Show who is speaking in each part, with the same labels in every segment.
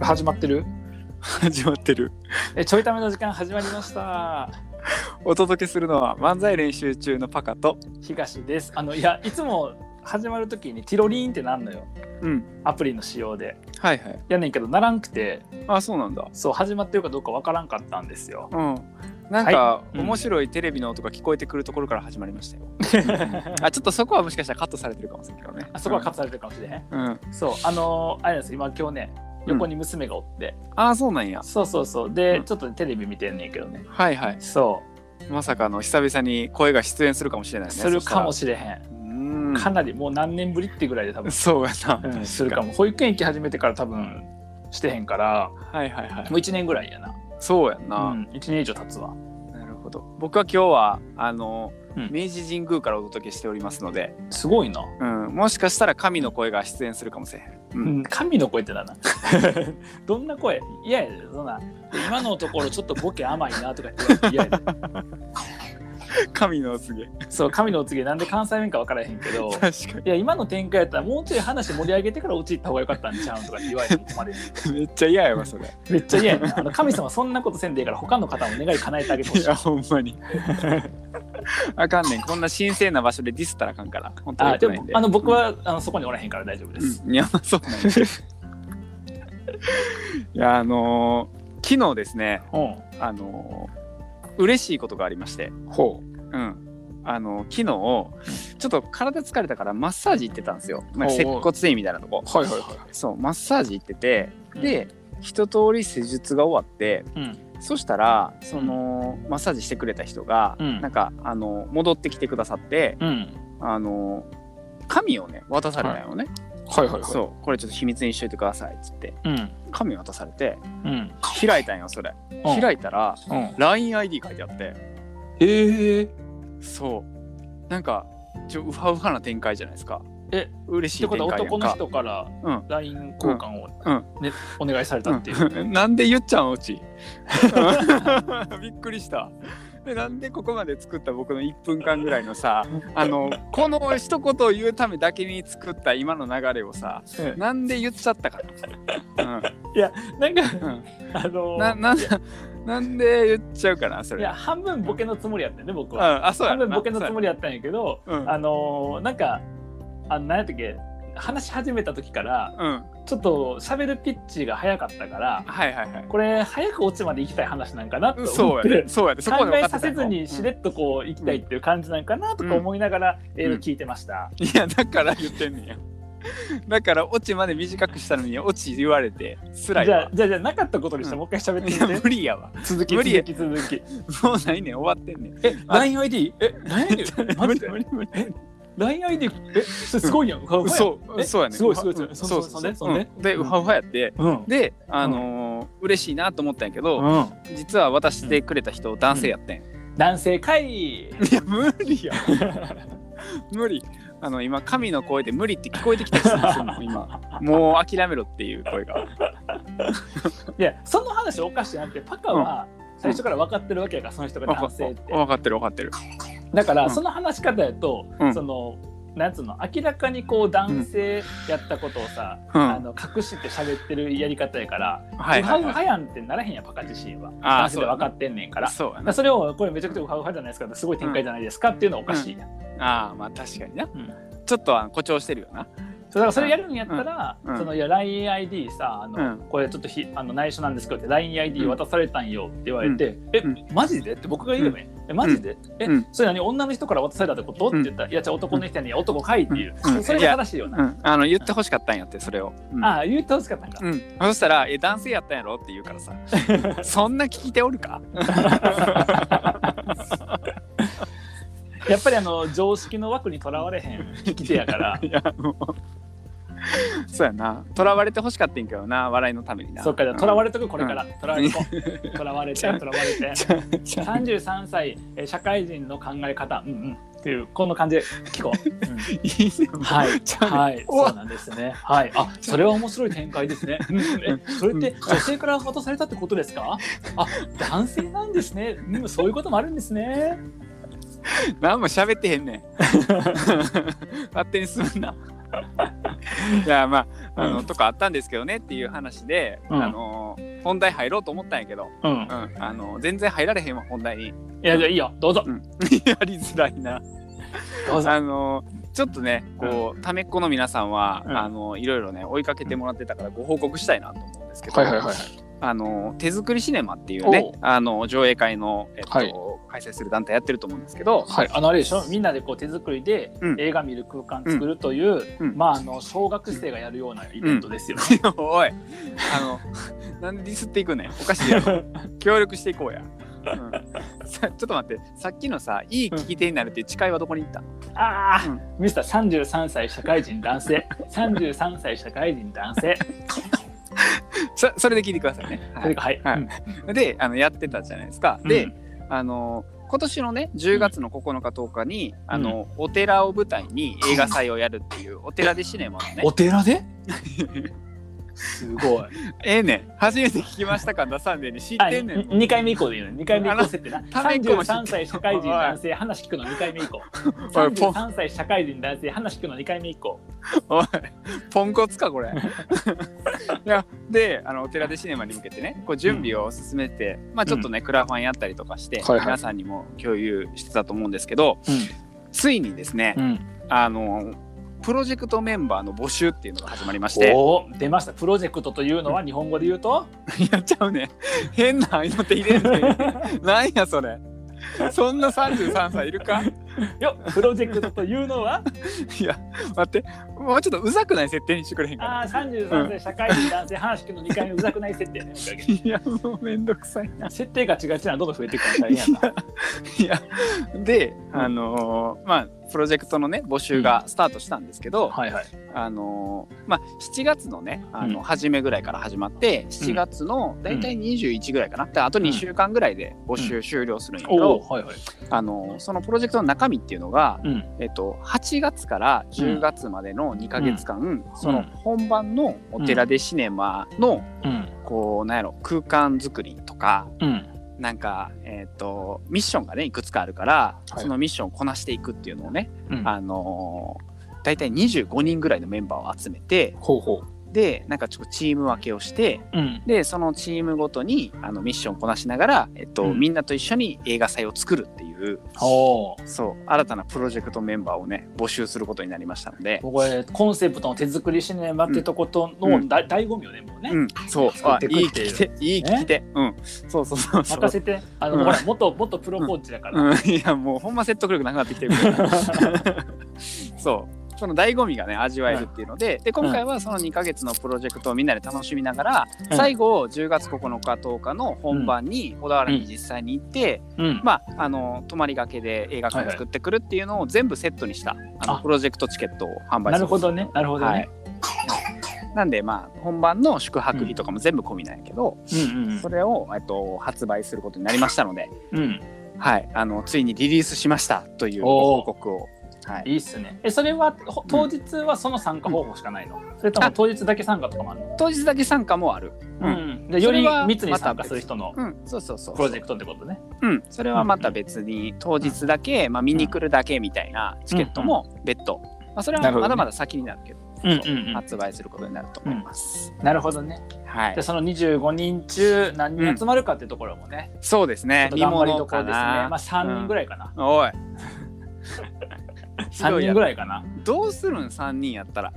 Speaker 1: 始まってる
Speaker 2: 始まってる
Speaker 1: えちょいための時間始まりました
Speaker 2: お届けするのは漫才練習中のパカと
Speaker 1: 東ですあのいやいつも始まる時にティロリーンってなんのよ
Speaker 2: うん
Speaker 1: アプリの仕様で
Speaker 2: はいはい
Speaker 1: やねんけどならんくて
Speaker 2: あそうなんだ
Speaker 1: そう始まってるかどうかわからんかったんですよ
Speaker 2: うんなんか、
Speaker 1: いうん
Speaker 2: 面白いテレビの音が聞こえてくるところから始まりましたよ、 あちょっとそこはもしかしたらカットされてるかもしれないけどね
Speaker 1: あそこはカットされてるかもしれへん、
Speaker 2: うん、うん、
Speaker 1: そうあのあれなんです今今日ね
Speaker 2: うん
Speaker 1: 横に娘がおって、
Speaker 2: あそうなんや
Speaker 1: そうそうそうで、
Speaker 2: うん
Speaker 1: ちょっとテレビ見てんねんけどね
Speaker 2: はいはい
Speaker 1: そ
Speaker 2: まさかの久々に声が出演するかもしれないうね
Speaker 1: するかも
Speaker 2: し
Speaker 1: しれへん、
Speaker 2: れない
Speaker 1: かなりもう何年ぶりってぐらいで多分、
Speaker 2: そうやな、
Speaker 1: う
Speaker 2: 確
Speaker 1: ん、するかも保育園行き始めてから多分してへんから
Speaker 2: はいはいはい
Speaker 1: もう1年ぐらいやな
Speaker 2: そうや
Speaker 1: う
Speaker 2: な、
Speaker 1: ん、1年以上経つわ
Speaker 2: なるほど僕は今日はあの、
Speaker 1: うん
Speaker 2: 明治神宮からお届けしておりますのです
Speaker 1: ごいな、
Speaker 2: うん、もしかしたら神の声が出演するかもしれへん。う
Speaker 1: うんん、神の声ってだな どんな声いややでそんな今のところちょっとボケ甘いなとか言って嫌やで
Speaker 2: 神のすげえ。
Speaker 1: そう神のお告げなんで関西弁か分からへんけ ど
Speaker 2: 確か
Speaker 1: いや今の展開やったらもうちょい話盛り上げてから落ち行った方がよかったんちゃうんとかって言われても困る
Speaker 2: に。めっちゃ嫌やわ、それ。
Speaker 1: めっちゃ嫌や なあの神様そんなことせんでいいから他の方も願い叶えてあげてほ
Speaker 2: い
Speaker 1: しい
Speaker 2: や、ほんまに。 あかんねん。こんな神聖な場所でディスったらあかんから。本当に
Speaker 1: あ
Speaker 2: 良く
Speaker 1: で
Speaker 2: ない
Speaker 1: も
Speaker 2: んで。
Speaker 1: あの僕は、あのそこにおらへんから大丈夫です、
Speaker 2: うん。いや、そうなんです。いや、あのー昨日ですね、
Speaker 1: うん
Speaker 2: あのー嬉しいことがありまして。
Speaker 1: ほ
Speaker 2: うん。あのー昨日ちょっと体疲れたからマッサージ行ってたんですよ。なんか接
Speaker 1: おうおう
Speaker 2: 骨院みたいなとこ。
Speaker 1: はいはいは
Speaker 2: そうマッサージ行ってて
Speaker 1: うん
Speaker 2: で、一通り施術が終わって
Speaker 1: い、うん、
Speaker 2: そしたらその、マッサージしてくれた人が、
Speaker 1: うん
Speaker 2: なんかあの戻ってきてくださって
Speaker 1: うん、
Speaker 2: あの紙をね渡されたよね、
Speaker 1: はいはいはい
Speaker 2: そうこれちょっと秘密にしといてくださいっつって
Speaker 1: うん
Speaker 2: 紙渡されて
Speaker 1: うん
Speaker 2: 開いたんよそれ
Speaker 1: うん
Speaker 2: 開いたら
Speaker 1: うん
Speaker 2: LINEID 書いてあって
Speaker 1: ええ
Speaker 2: そうなんかちょウハウハな展開じゃないですか
Speaker 1: え
Speaker 2: 嬉
Speaker 1: っ
Speaker 2: してい
Speaker 1: こ
Speaker 2: 展
Speaker 1: とは
Speaker 2: 開やんか
Speaker 1: 男の人から
Speaker 2: うん
Speaker 1: LINE 交換を、
Speaker 2: う
Speaker 1: ねお願いされたっていう、
Speaker 2: うんなんで言っちゃうんうち びっくりしたでなんでここまで作った僕の1分間ぐらいのさあのこの一言を言うためだけに作った今の流れをさなんで言っちゃったかな、
Speaker 1: なんか
Speaker 2: うんうん
Speaker 1: あの
Speaker 2: ななんなんで言っちゃうかなそ
Speaker 1: い
Speaker 2: れ
Speaker 1: や半分ボケのつもりやったよね僕
Speaker 2: う
Speaker 1: は、
Speaker 2: ん、あそうや
Speaker 1: 半
Speaker 2: な
Speaker 1: 分ボケのつもりやったんやけど、
Speaker 2: そうやうん
Speaker 1: あのなんかあの何やったっけ話し始めた時から
Speaker 2: うん
Speaker 1: ちょっと喋るピッチが早かったから
Speaker 2: はいはいはい
Speaker 1: これ早くオチまで行きたい話なんかなと
Speaker 2: うん
Speaker 1: 思
Speaker 2: そ
Speaker 1: っ
Speaker 2: うや
Speaker 1: て
Speaker 2: ね。そうやね。そこ
Speaker 1: 考
Speaker 2: まで分
Speaker 1: え
Speaker 2: かって
Speaker 1: さ
Speaker 2: た
Speaker 1: せ
Speaker 2: よ
Speaker 1: ずにしれっとこう行きたいっていう感じなんかなとか思いながら、えー聞いてました。
Speaker 2: いやだから言ってんねや。だからオチまで短くしたのにオチ言われて辛い
Speaker 1: じゃあ
Speaker 2: わ。
Speaker 1: じゃあじゃあなかったことにして
Speaker 2: うん
Speaker 1: もう一回喋って
Speaker 2: い
Speaker 1: み
Speaker 2: や
Speaker 1: て、
Speaker 2: 無理やわ。
Speaker 1: 続き
Speaker 2: 無
Speaker 1: 続
Speaker 2: 理や
Speaker 1: き続き
Speaker 2: もうないねん終わってんねん。
Speaker 1: え、
Speaker 2: あ
Speaker 1: LINEID? え、LINEID? マジで
Speaker 2: 無理無理
Speaker 1: ?LINEID? え、それすごいやん。う
Speaker 2: 無理。 そうそうやねん。
Speaker 1: すごいすごいすごい。
Speaker 2: そ
Speaker 1: そ
Speaker 2: うそうう
Speaker 1: ね、
Speaker 2: そ
Speaker 1: そう
Speaker 2: う
Speaker 1: ね
Speaker 2: ん。でウハウハやって
Speaker 1: うん。
Speaker 2: であのー嬉しいなと思ったんやけど
Speaker 1: うん。
Speaker 2: 実は渡してくれた人男性やってん。い
Speaker 1: 男性かい。
Speaker 2: や無理や。 無理。あの今神の声で無理って聞こえてきたりするんですよ今。 もう諦めろっていう声が。
Speaker 1: いや、その話おかしいなって、パカは最初から分かってるわけやから、その人が 男性って。
Speaker 2: 分かってる分かってる。
Speaker 1: だか
Speaker 2: う
Speaker 1: ら、
Speaker 2: ん
Speaker 1: その話し方やと
Speaker 2: う、ん
Speaker 1: その、なんつうの、明らかにこう男性やったことをさ、
Speaker 2: うん。
Speaker 1: あの隠して喋ってるやり方やから、
Speaker 2: はい
Speaker 1: ウ
Speaker 2: は
Speaker 1: ハ
Speaker 2: い
Speaker 1: ウ
Speaker 2: は
Speaker 1: ハやんってならへんやん、パカ自身は。
Speaker 2: あー
Speaker 1: 話で
Speaker 2: そうだ
Speaker 1: 分
Speaker 2: な
Speaker 1: かってんねんから
Speaker 2: い。。そうや
Speaker 1: まあ
Speaker 2: な。
Speaker 1: それをこれめちゃくちゃウハウハじゃないですかすごい展開じゃないですかっていうのはおかしいやん、
Speaker 2: ああまあ確かにな。
Speaker 1: うん
Speaker 2: ちょっとあの誇張してるよな。
Speaker 1: そうだからそれやるんやったら、
Speaker 2: うんうん
Speaker 1: そのいや LINEID さあの、
Speaker 2: うん
Speaker 1: これちょっとひあの内緒なんですけどって LINEID 渡されたんよって言われて、え、
Speaker 2: うん
Speaker 1: マジでって僕が言うね、えマジで、え、
Speaker 2: うん
Speaker 1: それ何女の人から渡されたってことって言ったら、いやじゃあ男の人に、ね、男かいっていう、
Speaker 2: うん
Speaker 1: それが正しいよな、
Speaker 2: うん。あの言って欲しかったんやってそれを。うん
Speaker 1: ああ言うてほしかったんか、
Speaker 2: うん、そしたら「え男性やったんやろ?」って言うからさ 「そんな聞いておるか?
Speaker 1: やっぱりあの常識の枠にとらわれへん聞き手やから」
Speaker 2: いやもうそうやなとらわれてほしかったんやけどな笑いのためにな
Speaker 1: そっかじゃあとらわ
Speaker 2: れ
Speaker 1: れとくこれからとら、われとこうとらわれてとらわれて
Speaker 2: ちゃう ちゃう
Speaker 1: 33歳えー社会人の考え方、うんうん、っていうこの感じで聞こう、う
Speaker 2: いいねも
Speaker 1: ん
Speaker 2: う
Speaker 1: はい
Speaker 2: ちゃうね
Speaker 1: はい
Speaker 2: お
Speaker 1: そうなんですねはいあそれは面白い展開ですね うんうんえそれって女性から渡されたってことですかあ男性なんですねうんそういうこともあるんですね
Speaker 2: 何も 喋ってへんねん勝手にすんないやまああのとかあったんですけどねっていう話で、
Speaker 1: うん
Speaker 2: あの本題入ろうと思ったんやけど、
Speaker 1: うん。
Speaker 2: うんあの全然入られへんわ本題に
Speaker 1: いや、じゃあいいよ。どうぞ
Speaker 2: う。やりづらいな
Speaker 1: どうぞ。
Speaker 2: あのちょっとねこう、ためっ子の皆さんは、
Speaker 1: うん
Speaker 2: あのいろいろね追いかけてもらってたからご報告したいなと思うんですけど、
Speaker 1: はい。
Speaker 2: あの手作りシネマっていうね
Speaker 1: おう
Speaker 2: あの上映会の、えっと
Speaker 1: はい
Speaker 2: 開催する団体やってると思うんで すけど、
Speaker 1: はい、あのあれでしょみんなでこう手作りで
Speaker 2: うん
Speaker 1: 映画見る空間作るという、
Speaker 2: うん
Speaker 1: まああの小学生がやるようなイベントですよね。
Speaker 2: おいあのなんでディスっていくねんおかしい やろ協力していこうや、うんさちょっと待ってさっきのさいい聞き手になるっていう誓いはどこに行った、
Speaker 1: ああ、
Speaker 2: うん
Speaker 1: ミスター三十三歳社会人男性、三十三歳社会人男性。
Speaker 2: そそれで聞いてくださいね、
Speaker 1: それがはい。
Speaker 2: はいであのやってたじゃないですか、
Speaker 1: うん
Speaker 2: で、あの今年のね10月の9日10日に、あのお寺を舞台に映画祭をやるっていうお寺でシネマのね
Speaker 1: お寺 ですごい。
Speaker 2: ええねん初めて聞きましたか出さんでに知ってんねん
Speaker 1: に二回目以降でいいのね。二回目以降設定な。
Speaker 2: あの
Speaker 1: 三十三歳社会人男性話聞くの二回目以降。
Speaker 2: おい
Speaker 1: 三
Speaker 2: ポ
Speaker 1: 十
Speaker 2: ン
Speaker 1: 三歳社会人男性話聞くの二回目以降。
Speaker 2: おいポンコツ かこれいやであのお寺でシネマに向けてねこう準備を進めて、まあちょっとね、クラファンやったりとかして、
Speaker 1: はいはい
Speaker 2: 皆さんにも共有してたと思うんですけどついにですね、
Speaker 1: うん。
Speaker 2: あのプロジェクトメンバーの募集っていうのが始まりまして
Speaker 1: おお出ました。プロジェクトというのは日本語で言うと。
Speaker 2: やっちゃうね変な合いの手入れ るねなんやそれそんな33歳いるか
Speaker 1: よプロジェクトというのは
Speaker 2: いや待ってもうちょっとうざくない設定にしてくれへんかな
Speaker 1: ああ33歳社会人男性話聞くの2回目うざくない設定ねおかげで
Speaker 2: いやもうめんどくさいな
Speaker 1: 設定が違うっていうのはどんどん増えていくから大変やない
Speaker 2: やで、
Speaker 1: うん
Speaker 2: あのーまあプロジェクトのね募集がスタートしたんですけど、
Speaker 1: はいはい
Speaker 2: あのーまあ7月のねあの、
Speaker 1: うん
Speaker 2: 初めぐらいから始まって7月の大体21ぐらいかな、であと2週間ぐらいで募集終了するんやけど、
Speaker 1: おはいはい
Speaker 2: あのーそのプロジェクトの中身っていうのが、
Speaker 1: うん
Speaker 2: えっと、8月から10月までの2ヶ月間、その本番のお寺でシネマの、
Speaker 1: うん
Speaker 2: こうなんやろ空間作りとか
Speaker 1: うん
Speaker 2: なんか、えっとミッションがねいくつかあるから、
Speaker 1: はい
Speaker 2: そのミッションをこなしていくっていうのをね、
Speaker 1: うん
Speaker 2: あのー大体25人ぐらいのメンバーを集めて
Speaker 1: ほうほ
Speaker 2: でなんかちょっとチーム分けをして
Speaker 1: ううん
Speaker 2: でそのチームごとにあのミッションをこなしながら、えっと
Speaker 1: うん
Speaker 2: みんなと一緒に映画祭を作るっていう
Speaker 1: おー
Speaker 2: そう新たなプロジェクトメンバーをね募集することになりましたので。
Speaker 1: これコンセプトの手作りシネマってとこと
Speaker 2: うん
Speaker 1: のだ醍醐味よねもうね、
Speaker 2: うん、そう、
Speaker 1: 作
Speaker 2: あ
Speaker 1: っ
Speaker 2: い
Speaker 1: てく
Speaker 2: い
Speaker 1: っ
Speaker 2: 聞
Speaker 1: ていう
Speaker 2: き手、いい聞き手、うん、そうそうそうそう
Speaker 1: 任、せてあの、
Speaker 2: うん
Speaker 1: ほら元元プロコーチだから、
Speaker 2: うん、いやもうほんま説得力なくなってきてる そうその醍醐味がね味わえるっていうので,、で今回はその2ヶ月のプロジェクトをみんなで楽しみながら、
Speaker 1: うん
Speaker 2: 最後10月9日10日の本番に小田原に実際に行って、
Speaker 1: うん
Speaker 2: まああの泊まりがけで映画館を作ってくるっていうのを全部セットにした、あの
Speaker 1: あ
Speaker 2: プロジェクトチケットを販
Speaker 1: な
Speaker 2: 売す
Speaker 1: る
Speaker 2: る
Speaker 1: ほどねなるほど
Speaker 2: は
Speaker 1: ね
Speaker 2: い、なんでまあ本番の宿泊費とかも全部込みなんやけど、
Speaker 1: うんうん
Speaker 2: それを、えっと、発売することになりましたので、
Speaker 1: うん
Speaker 2: はい、あのついにリリースしましたというご報告を。はい、
Speaker 1: いいっすねえそれはほ当日はその参加方法しかないの、それとも当日だけ参加とかもあるの
Speaker 2: 当日だけ参加もある。う、
Speaker 1: うんん、でより
Speaker 2: それは
Speaker 1: 密に参加する人の
Speaker 2: うん、そうそうそう。
Speaker 1: プロジェクトってことね。
Speaker 2: うん、それはまた別に、当日だけ、まあ、見に来るだけみたいなチケットも別途。まあ、それ
Speaker 1: な
Speaker 2: は
Speaker 1: るほどね
Speaker 2: まだまだ先になるけど、
Speaker 1: うんうんうん
Speaker 2: 発売することになると思います。
Speaker 1: なるほどね。
Speaker 2: は
Speaker 1: で
Speaker 2: い、
Speaker 1: その25人中何人集まるかってところもね、
Speaker 2: そうです
Speaker 1: ち
Speaker 2: ね。
Speaker 1: ょっと
Speaker 2: 見
Speaker 1: 頑張り
Speaker 2: 物
Speaker 1: どこ
Speaker 2: か
Speaker 1: ろですね。
Speaker 2: な。
Speaker 1: まあ3人ぐらいかな。
Speaker 2: おい。
Speaker 1: 3人ぐらいかな。
Speaker 2: どうするん、三人やったら。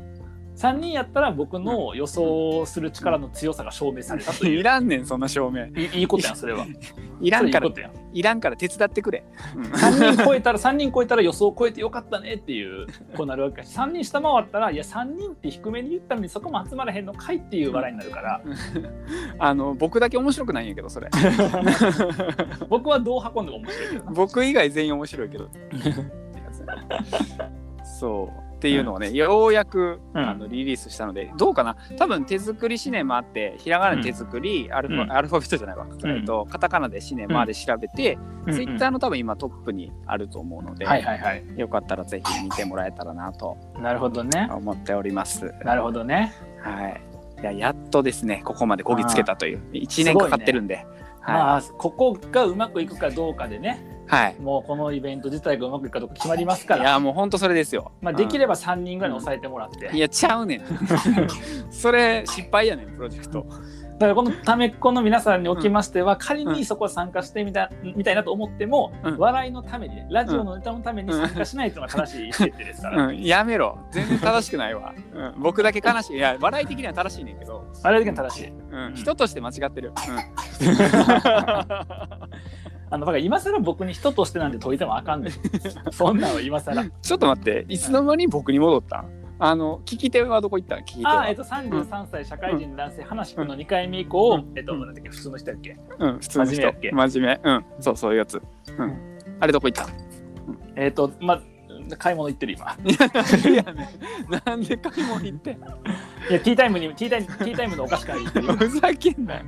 Speaker 1: 3人やったら僕の予想する力の強さが証明されたという。
Speaker 2: いらんねん、そんな証明。
Speaker 1: いいいいことやんそれは。
Speaker 2: いらんから
Speaker 1: そ、れいいこ
Speaker 2: いらんから手伝ってくれ。うん
Speaker 1: とやん。3人超えたら3人超えたら予想を超えてよかったねっていうこうなるわけだし3人下回ったらいや3人って低めに言ったのにそこも集まらへんのかいっていう笑いになるから
Speaker 2: あの、僕だけ面白くないんやけど、そ れ。
Speaker 1: 僕はどう運んでも面白いけどな。
Speaker 2: 僕以外全員面白いけ どそうっていうのをね、ようやく、
Speaker 1: うん
Speaker 2: あのリリースしたのでどうかな多分手作りシネマってひらがなで手作り、アルファ
Speaker 1: うん
Speaker 2: アルファベットじゃないわ、えっと、カタカナでシネマで調べて、ツイッターの多分今トップにあると思うので、
Speaker 1: はいはいはい。
Speaker 2: よかったらぜひ見てもらえたらなと
Speaker 1: なるほどね。
Speaker 2: 思っております。
Speaker 1: なるほどね。
Speaker 2: はいいややっとですねここまでこぎつけたという1
Speaker 1: す
Speaker 2: 年
Speaker 1: ごいね
Speaker 2: かかってるんで、はい
Speaker 1: まあここがうまくいくかどうかでね、
Speaker 2: はい。
Speaker 1: もうこのイベント自体がうまくいくかどうか決まりますか
Speaker 2: い
Speaker 1: ら、
Speaker 2: やもう本当それですよ。
Speaker 1: まあ、でき
Speaker 2: れ
Speaker 1: れば3人ぐらいに抑えてもらって、
Speaker 2: いやちゃう ねん。それ失敗やねんプロジェクト。
Speaker 1: だからこのためっ子の皆さんにおきましては、仮にそこは参加してみたみたいなと思っても、
Speaker 2: うん
Speaker 1: 笑いのためにねラジオのネタのために参加しないというのが正しい意思決定ですから、
Speaker 2: うん、やめろ。全然正しくないわ。うん、僕だけ悲しい。いや笑い的には正しいねんけど、
Speaker 1: あれだけが正しい。
Speaker 2: うん、 人として間違ってる。
Speaker 1: あのだから今更僕に人としてなんて解いてもあかんねんそんなの今
Speaker 2: う
Speaker 1: 更
Speaker 2: ん、ちょっと待って、いつの間に僕に戻ったんあの聞き手はどこ行ったん聞き手
Speaker 1: あー、え
Speaker 2: は
Speaker 1: っ。と、33歳社会人男性、話くんの2回目以降、
Speaker 2: うん
Speaker 1: えっと、なんだっけ、普通の人やっけ。
Speaker 2: うん、普通の
Speaker 1: 真面目
Speaker 2: 人
Speaker 1: やっけ。
Speaker 2: 真面目。うん、そうそういうやつ。うん、あれどこ行ったん
Speaker 1: えっと、ま買い物行ってる今。
Speaker 2: いやね、 なんで買い物行ってん
Speaker 1: いや、ティータイムに、ティータイム、ティータイムのお菓子買いに行ってる今。
Speaker 2: ふざけんなよ。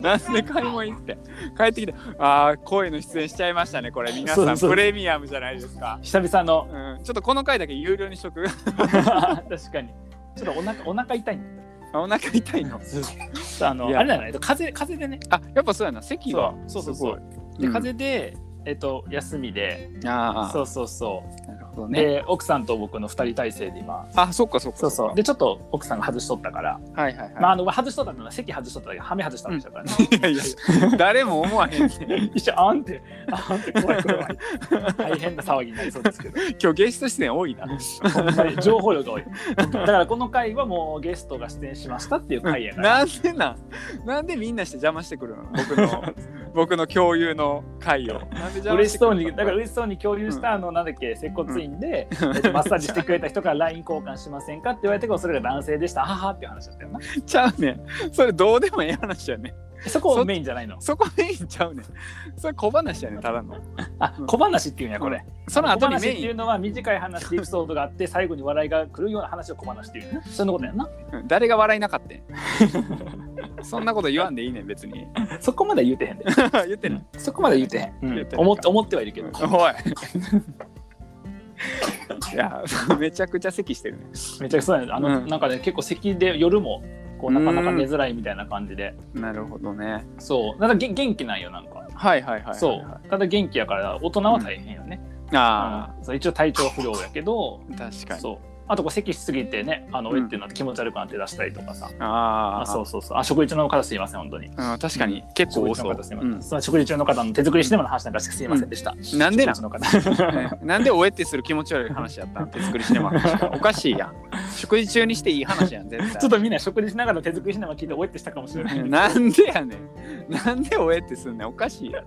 Speaker 2: なんで買い物行って帰ってきてああ声の出演しちゃいましたねこれ皆
Speaker 1: そ
Speaker 2: さ
Speaker 1: うんそう
Speaker 2: プレミアムじゃないですか、
Speaker 1: 久々の、
Speaker 2: うん、ちょっとこの回だけ有料にしとく
Speaker 1: 確かに。ちょっとお腹、お腹痛いん
Speaker 2: あお腹痛いの
Speaker 1: です。 あの、
Speaker 2: いや
Speaker 1: あれだよね、風邪、風邪でね。
Speaker 2: あやっぱそうやな席は
Speaker 1: そうそう
Speaker 2: すご
Speaker 1: そ。
Speaker 2: いう
Speaker 1: で、
Speaker 2: うん
Speaker 1: 風邪で、えっと、休みで、
Speaker 2: あ
Speaker 1: そうそうそう。
Speaker 2: あなるほどね
Speaker 1: で、奥さんと僕の2人体制で今。
Speaker 2: あそっかそっか
Speaker 1: そう
Speaker 2: っ
Speaker 1: そう。
Speaker 2: か
Speaker 1: で、ちょっと奥さんが外しとったから、
Speaker 2: はいはい
Speaker 1: まあ、
Speaker 2: は
Speaker 1: あの、外しとったのは席外しとっただけど、はめ外したんでしょうからね。
Speaker 2: いいやいや誰も思わへんねん
Speaker 1: 一緒あんってあんって怖い怖い大変な騒ぎになりそうですけ ど
Speaker 2: 今日ゲスト出演多いな
Speaker 1: ほんまに情報量が多いだからこの回はもうゲストが出演しましたっていう回やから
Speaker 2: なんでなんなんでみんなして邪魔してくるの僕の僕の共有の回をなんで邪魔
Speaker 1: 嬉
Speaker 2: し
Speaker 1: して
Speaker 2: く
Speaker 1: そう
Speaker 2: るの
Speaker 1: にだから嬉しそうに共有したあのなんだっけ接骨院で、えっとマッサージしてくれた人から LINE 交換しませんかって言われたけどそれが男性でしたははっていう話だった よな
Speaker 2: ちゃうねんそれどうでもええ話やねん
Speaker 1: そこメインじゃないの
Speaker 2: そこメインちゃうねんそれ小話やねんただの
Speaker 1: あ小話っていうんやこれ
Speaker 2: その
Speaker 1: 小
Speaker 2: 後に
Speaker 1: 話
Speaker 2: メ
Speaker 1: って
Speaker 2: イ
Speaker 1: いう
Speaker 2: ン
Speaker 1: のは短い話エピソードがあって最後に笑いが来るような話を小話っていう ねそんなことやんな
Speaker 2: うん誰が笑いなかったんそんなこと言わんでいいねん別に
Speaker 1: そこまでは言うてへんで
Speaker 2: 言ってない
Speaker 1: そこまでは言うてへん、うん
Speaker 2: 言うてない
Speaker 1: 思って思ってはいるけど、
Speaker 2: お いいやめちゃくちゃ咳してるね
Speaker 1: めちゃくちゃそうやねあの、
Speaker 2: うん
Speaker 1: なんかね結構咳で夜もこうなかなか寝づらいみたいな感じで、
Speaker 2: なるほどね
Speaker 1: そうなんかげ元気なんよなんか、
Speaker 2: はいはいはいはいはい
Speaker 1: そうただ元気やから大人は大変よね、
Speaker 2: あ
Speaker 1: うんそう一応体調不良やけど
Speaker 2: ー確かに
Speaker 1: そうあとこう咳しすぎてねあの、
Speaker 2: うん
Speaker 1: えってなって気持ち悪くなって出したりとかさ
Speaker 2: あ
Speaker 1: あ
Speaker 2: あ
Speaker 1: そうそうそうあ食事中の方すいません本当に
Speaker 2: うん、確かに結構
Speaker 1: 食事
Speaker 2: 多
Speaker 1: 中
Speaker 2: そ
Speaker 1: の
Speaker 2: う
Speaker 1: 方すいません、その食事中の方の手作りシネマの話なんかしてすいませんでした、
Speaker 2: うんなんでな
Speaker 1: 食事中の方
Speaker 2: んなんでおえってする気持ち悪い話やったん手作りシネマの話がおかしいやん食事中にしていい話やん絶対
Speaker 1: ちょっとみんな食事しながら手作りシネマ聞いておえってしたかもしれない
Speaker 2: なんでやねんなんでおえってすんねんおかしいやん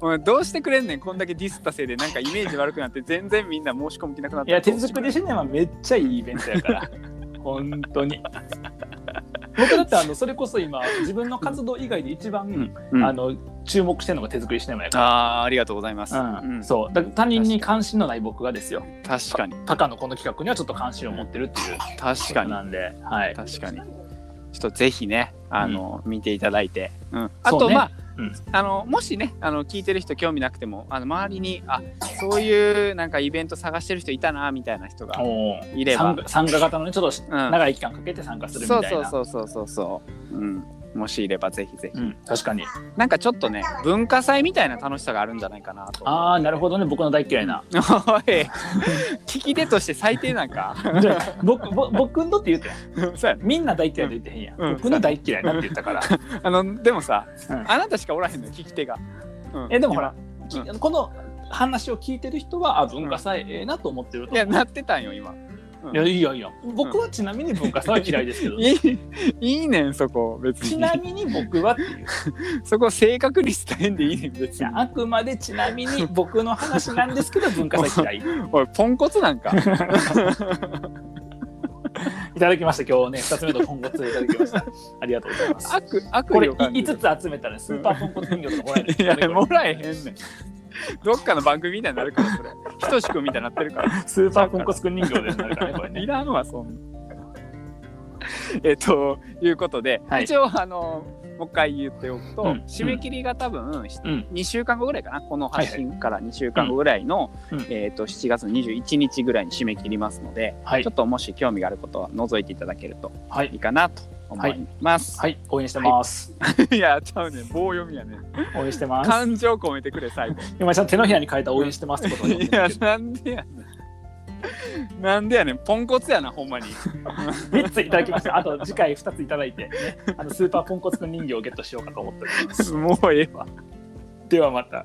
Speaker 2: お前どうしてくれんねんこんだけディスったせいでなんかイメージ悪くなって全然みんな申し込む気なくなった
Speaker 1: いや、手作りシネマめっちゃいいイベントやから。 本当に。僕だってあのそれこそ今自分の活動以外で一番、
Speaker 2: うん、うん、
Speaker 1: あ
Speaker 2: あ
Speaker 1: の注目してるのが手作りシネマやか
Speaker 2: あーありがとうございます、
Speaker 1: ら、うん
Speaker 2: うん
Speaker 1: そうだから他人に関心のない僕がですよ
Speaker 2: 確かに
Speaker 1: タカのこの企画にはちょっと関心を持ってるっていう
Speaker 2: 確
Speaker 1: こ
Speaker 2: か
Speaker 1: と
Speaker 2: に
Speaker 1: なんで、はい、
Speaker 2: 確かにちょっとぜひねあの、見ていただいて、うん、あ
Speaker 1: そ
Speaker 2: と、
Speaker 1: うね
Speaker 2: まあ,、
Speaker 1: うん
Speaker 2: あのもしねあの聞いてる人興味なくてもあの周りにあそういうなんかイベント探してる人いたなみたいな人が、
Speaker 1: お
Speaker 2: いれば
Speaker 1: 参加参加型のねちょっと
Speaker 2: うん
Speaker 1: 長い期間かけて参加するみた
Speaker 2: そ
Speaker 1: いうな。
Speaker 2: そうそうそうそうそう、うん、もしいればぜひぜひ、
Speaker 1: うん、確かに
Speaker 2: なんかちょっとね文化祭みたいな楽しさがあるんじゃないかなと
Speaker 1: ああなるほどね僕の大嫌いな
Speaker 2: おい聞き手として最低なんか
Speaker 1: じゃあ僕ぼ僕のって言うて
Speaker 2: そうやね
Speaker 1: みんな大嫌いと言ってへんや、
Speaker 2: うん
Speaker 1: ん、僕の大嫌いなって言ったから
Speaker 2: あのでもさ、
Speaker 1: うん
Speaker 2: あなたしかおらへんのよ聞き手が、うん
Speaker 1: えでもほら、き
Speaker 2: う
Speaker 1: この話を聞いてる人はあ文化祭ええなと思ってると思
Speaker 2: いや
Speaker 1: う、
Speaker 2: なってたんよ今うん
Speaker 1: いやいいやいや僕はちなみに文化祭は嫌いですけど、
Speaker 2: いいいいねんそこ別
Speaker 1: ち
Speaker 2: に
Speaker 1: なみに僕はっていうい
Speaker 2: そこ正確に伝えんでいいねん別に
Speaker 1: やあくまでちなみに僕の話なんですけど文化祭嫌い
Speaker 2: おいポンコツな んか
Speaker 1: いただきました今日ね2つ目のポンコツいただきましたありがとうございます
Speaker 2: 悪悪
Speaker 1: こ
Speaker 2: 意
Speaker 1: れ
Speaker 2: を感じる
Speaker 1: 5つ集めたらねスーパーポンコツ人形とかもらえる
Speaker 2: いやもらえへんねんどっかの番組みたいになるから それひとしくんみたいになってるから
Speaker 1: スーパーポンコツくん人形でなるからねこれ
Speaker 2: い
Speaker 1: ね
Speaker 2: らんわそんなえっということで、
Speaker 1: はい
Speaker 2: 一応あのもう一回言っておくと、
Speaker 1: うん
Speaker 2: 締め切りが多分
Speaker 1: うん
Speaker 2: 2週間後ぐらいかなこの発信から2週間後ぐらいの、
Speaker 1: うんうん
Speaker 2: えっと7月21日ぐらいに締め切りますので、
Speaker 1: はい
Speaker 2: ちょっともし興味があることは覗いていただけると
Speaker 1: はい
Speaker 2: いかなと思います。
Speaker 1: はい、応援してます。
Speaker 2: い、や、ちゃうねん。棒読みやねん。
Speaker 1: 応援してます。
Speaker 2: 感情込めてくれ、最後。
Speaker 1: 今井さん、手のひらに書いた応援してますってことを読ん
Speaker 2: い
Speaker 1: で
Speaker 2: や
Speaker 1: るけ、ど
Speaker 2: なんでやねん。なんでやねん。ポンコツやな、ほん まに。
Speaker 1: 3ついただきました。あと次回2ついただいて、ね、あのスーパーポンコツくん人形をゲットしようかと思っております。
Speaker 2: もうええわ。
Speaker 1: ではまた。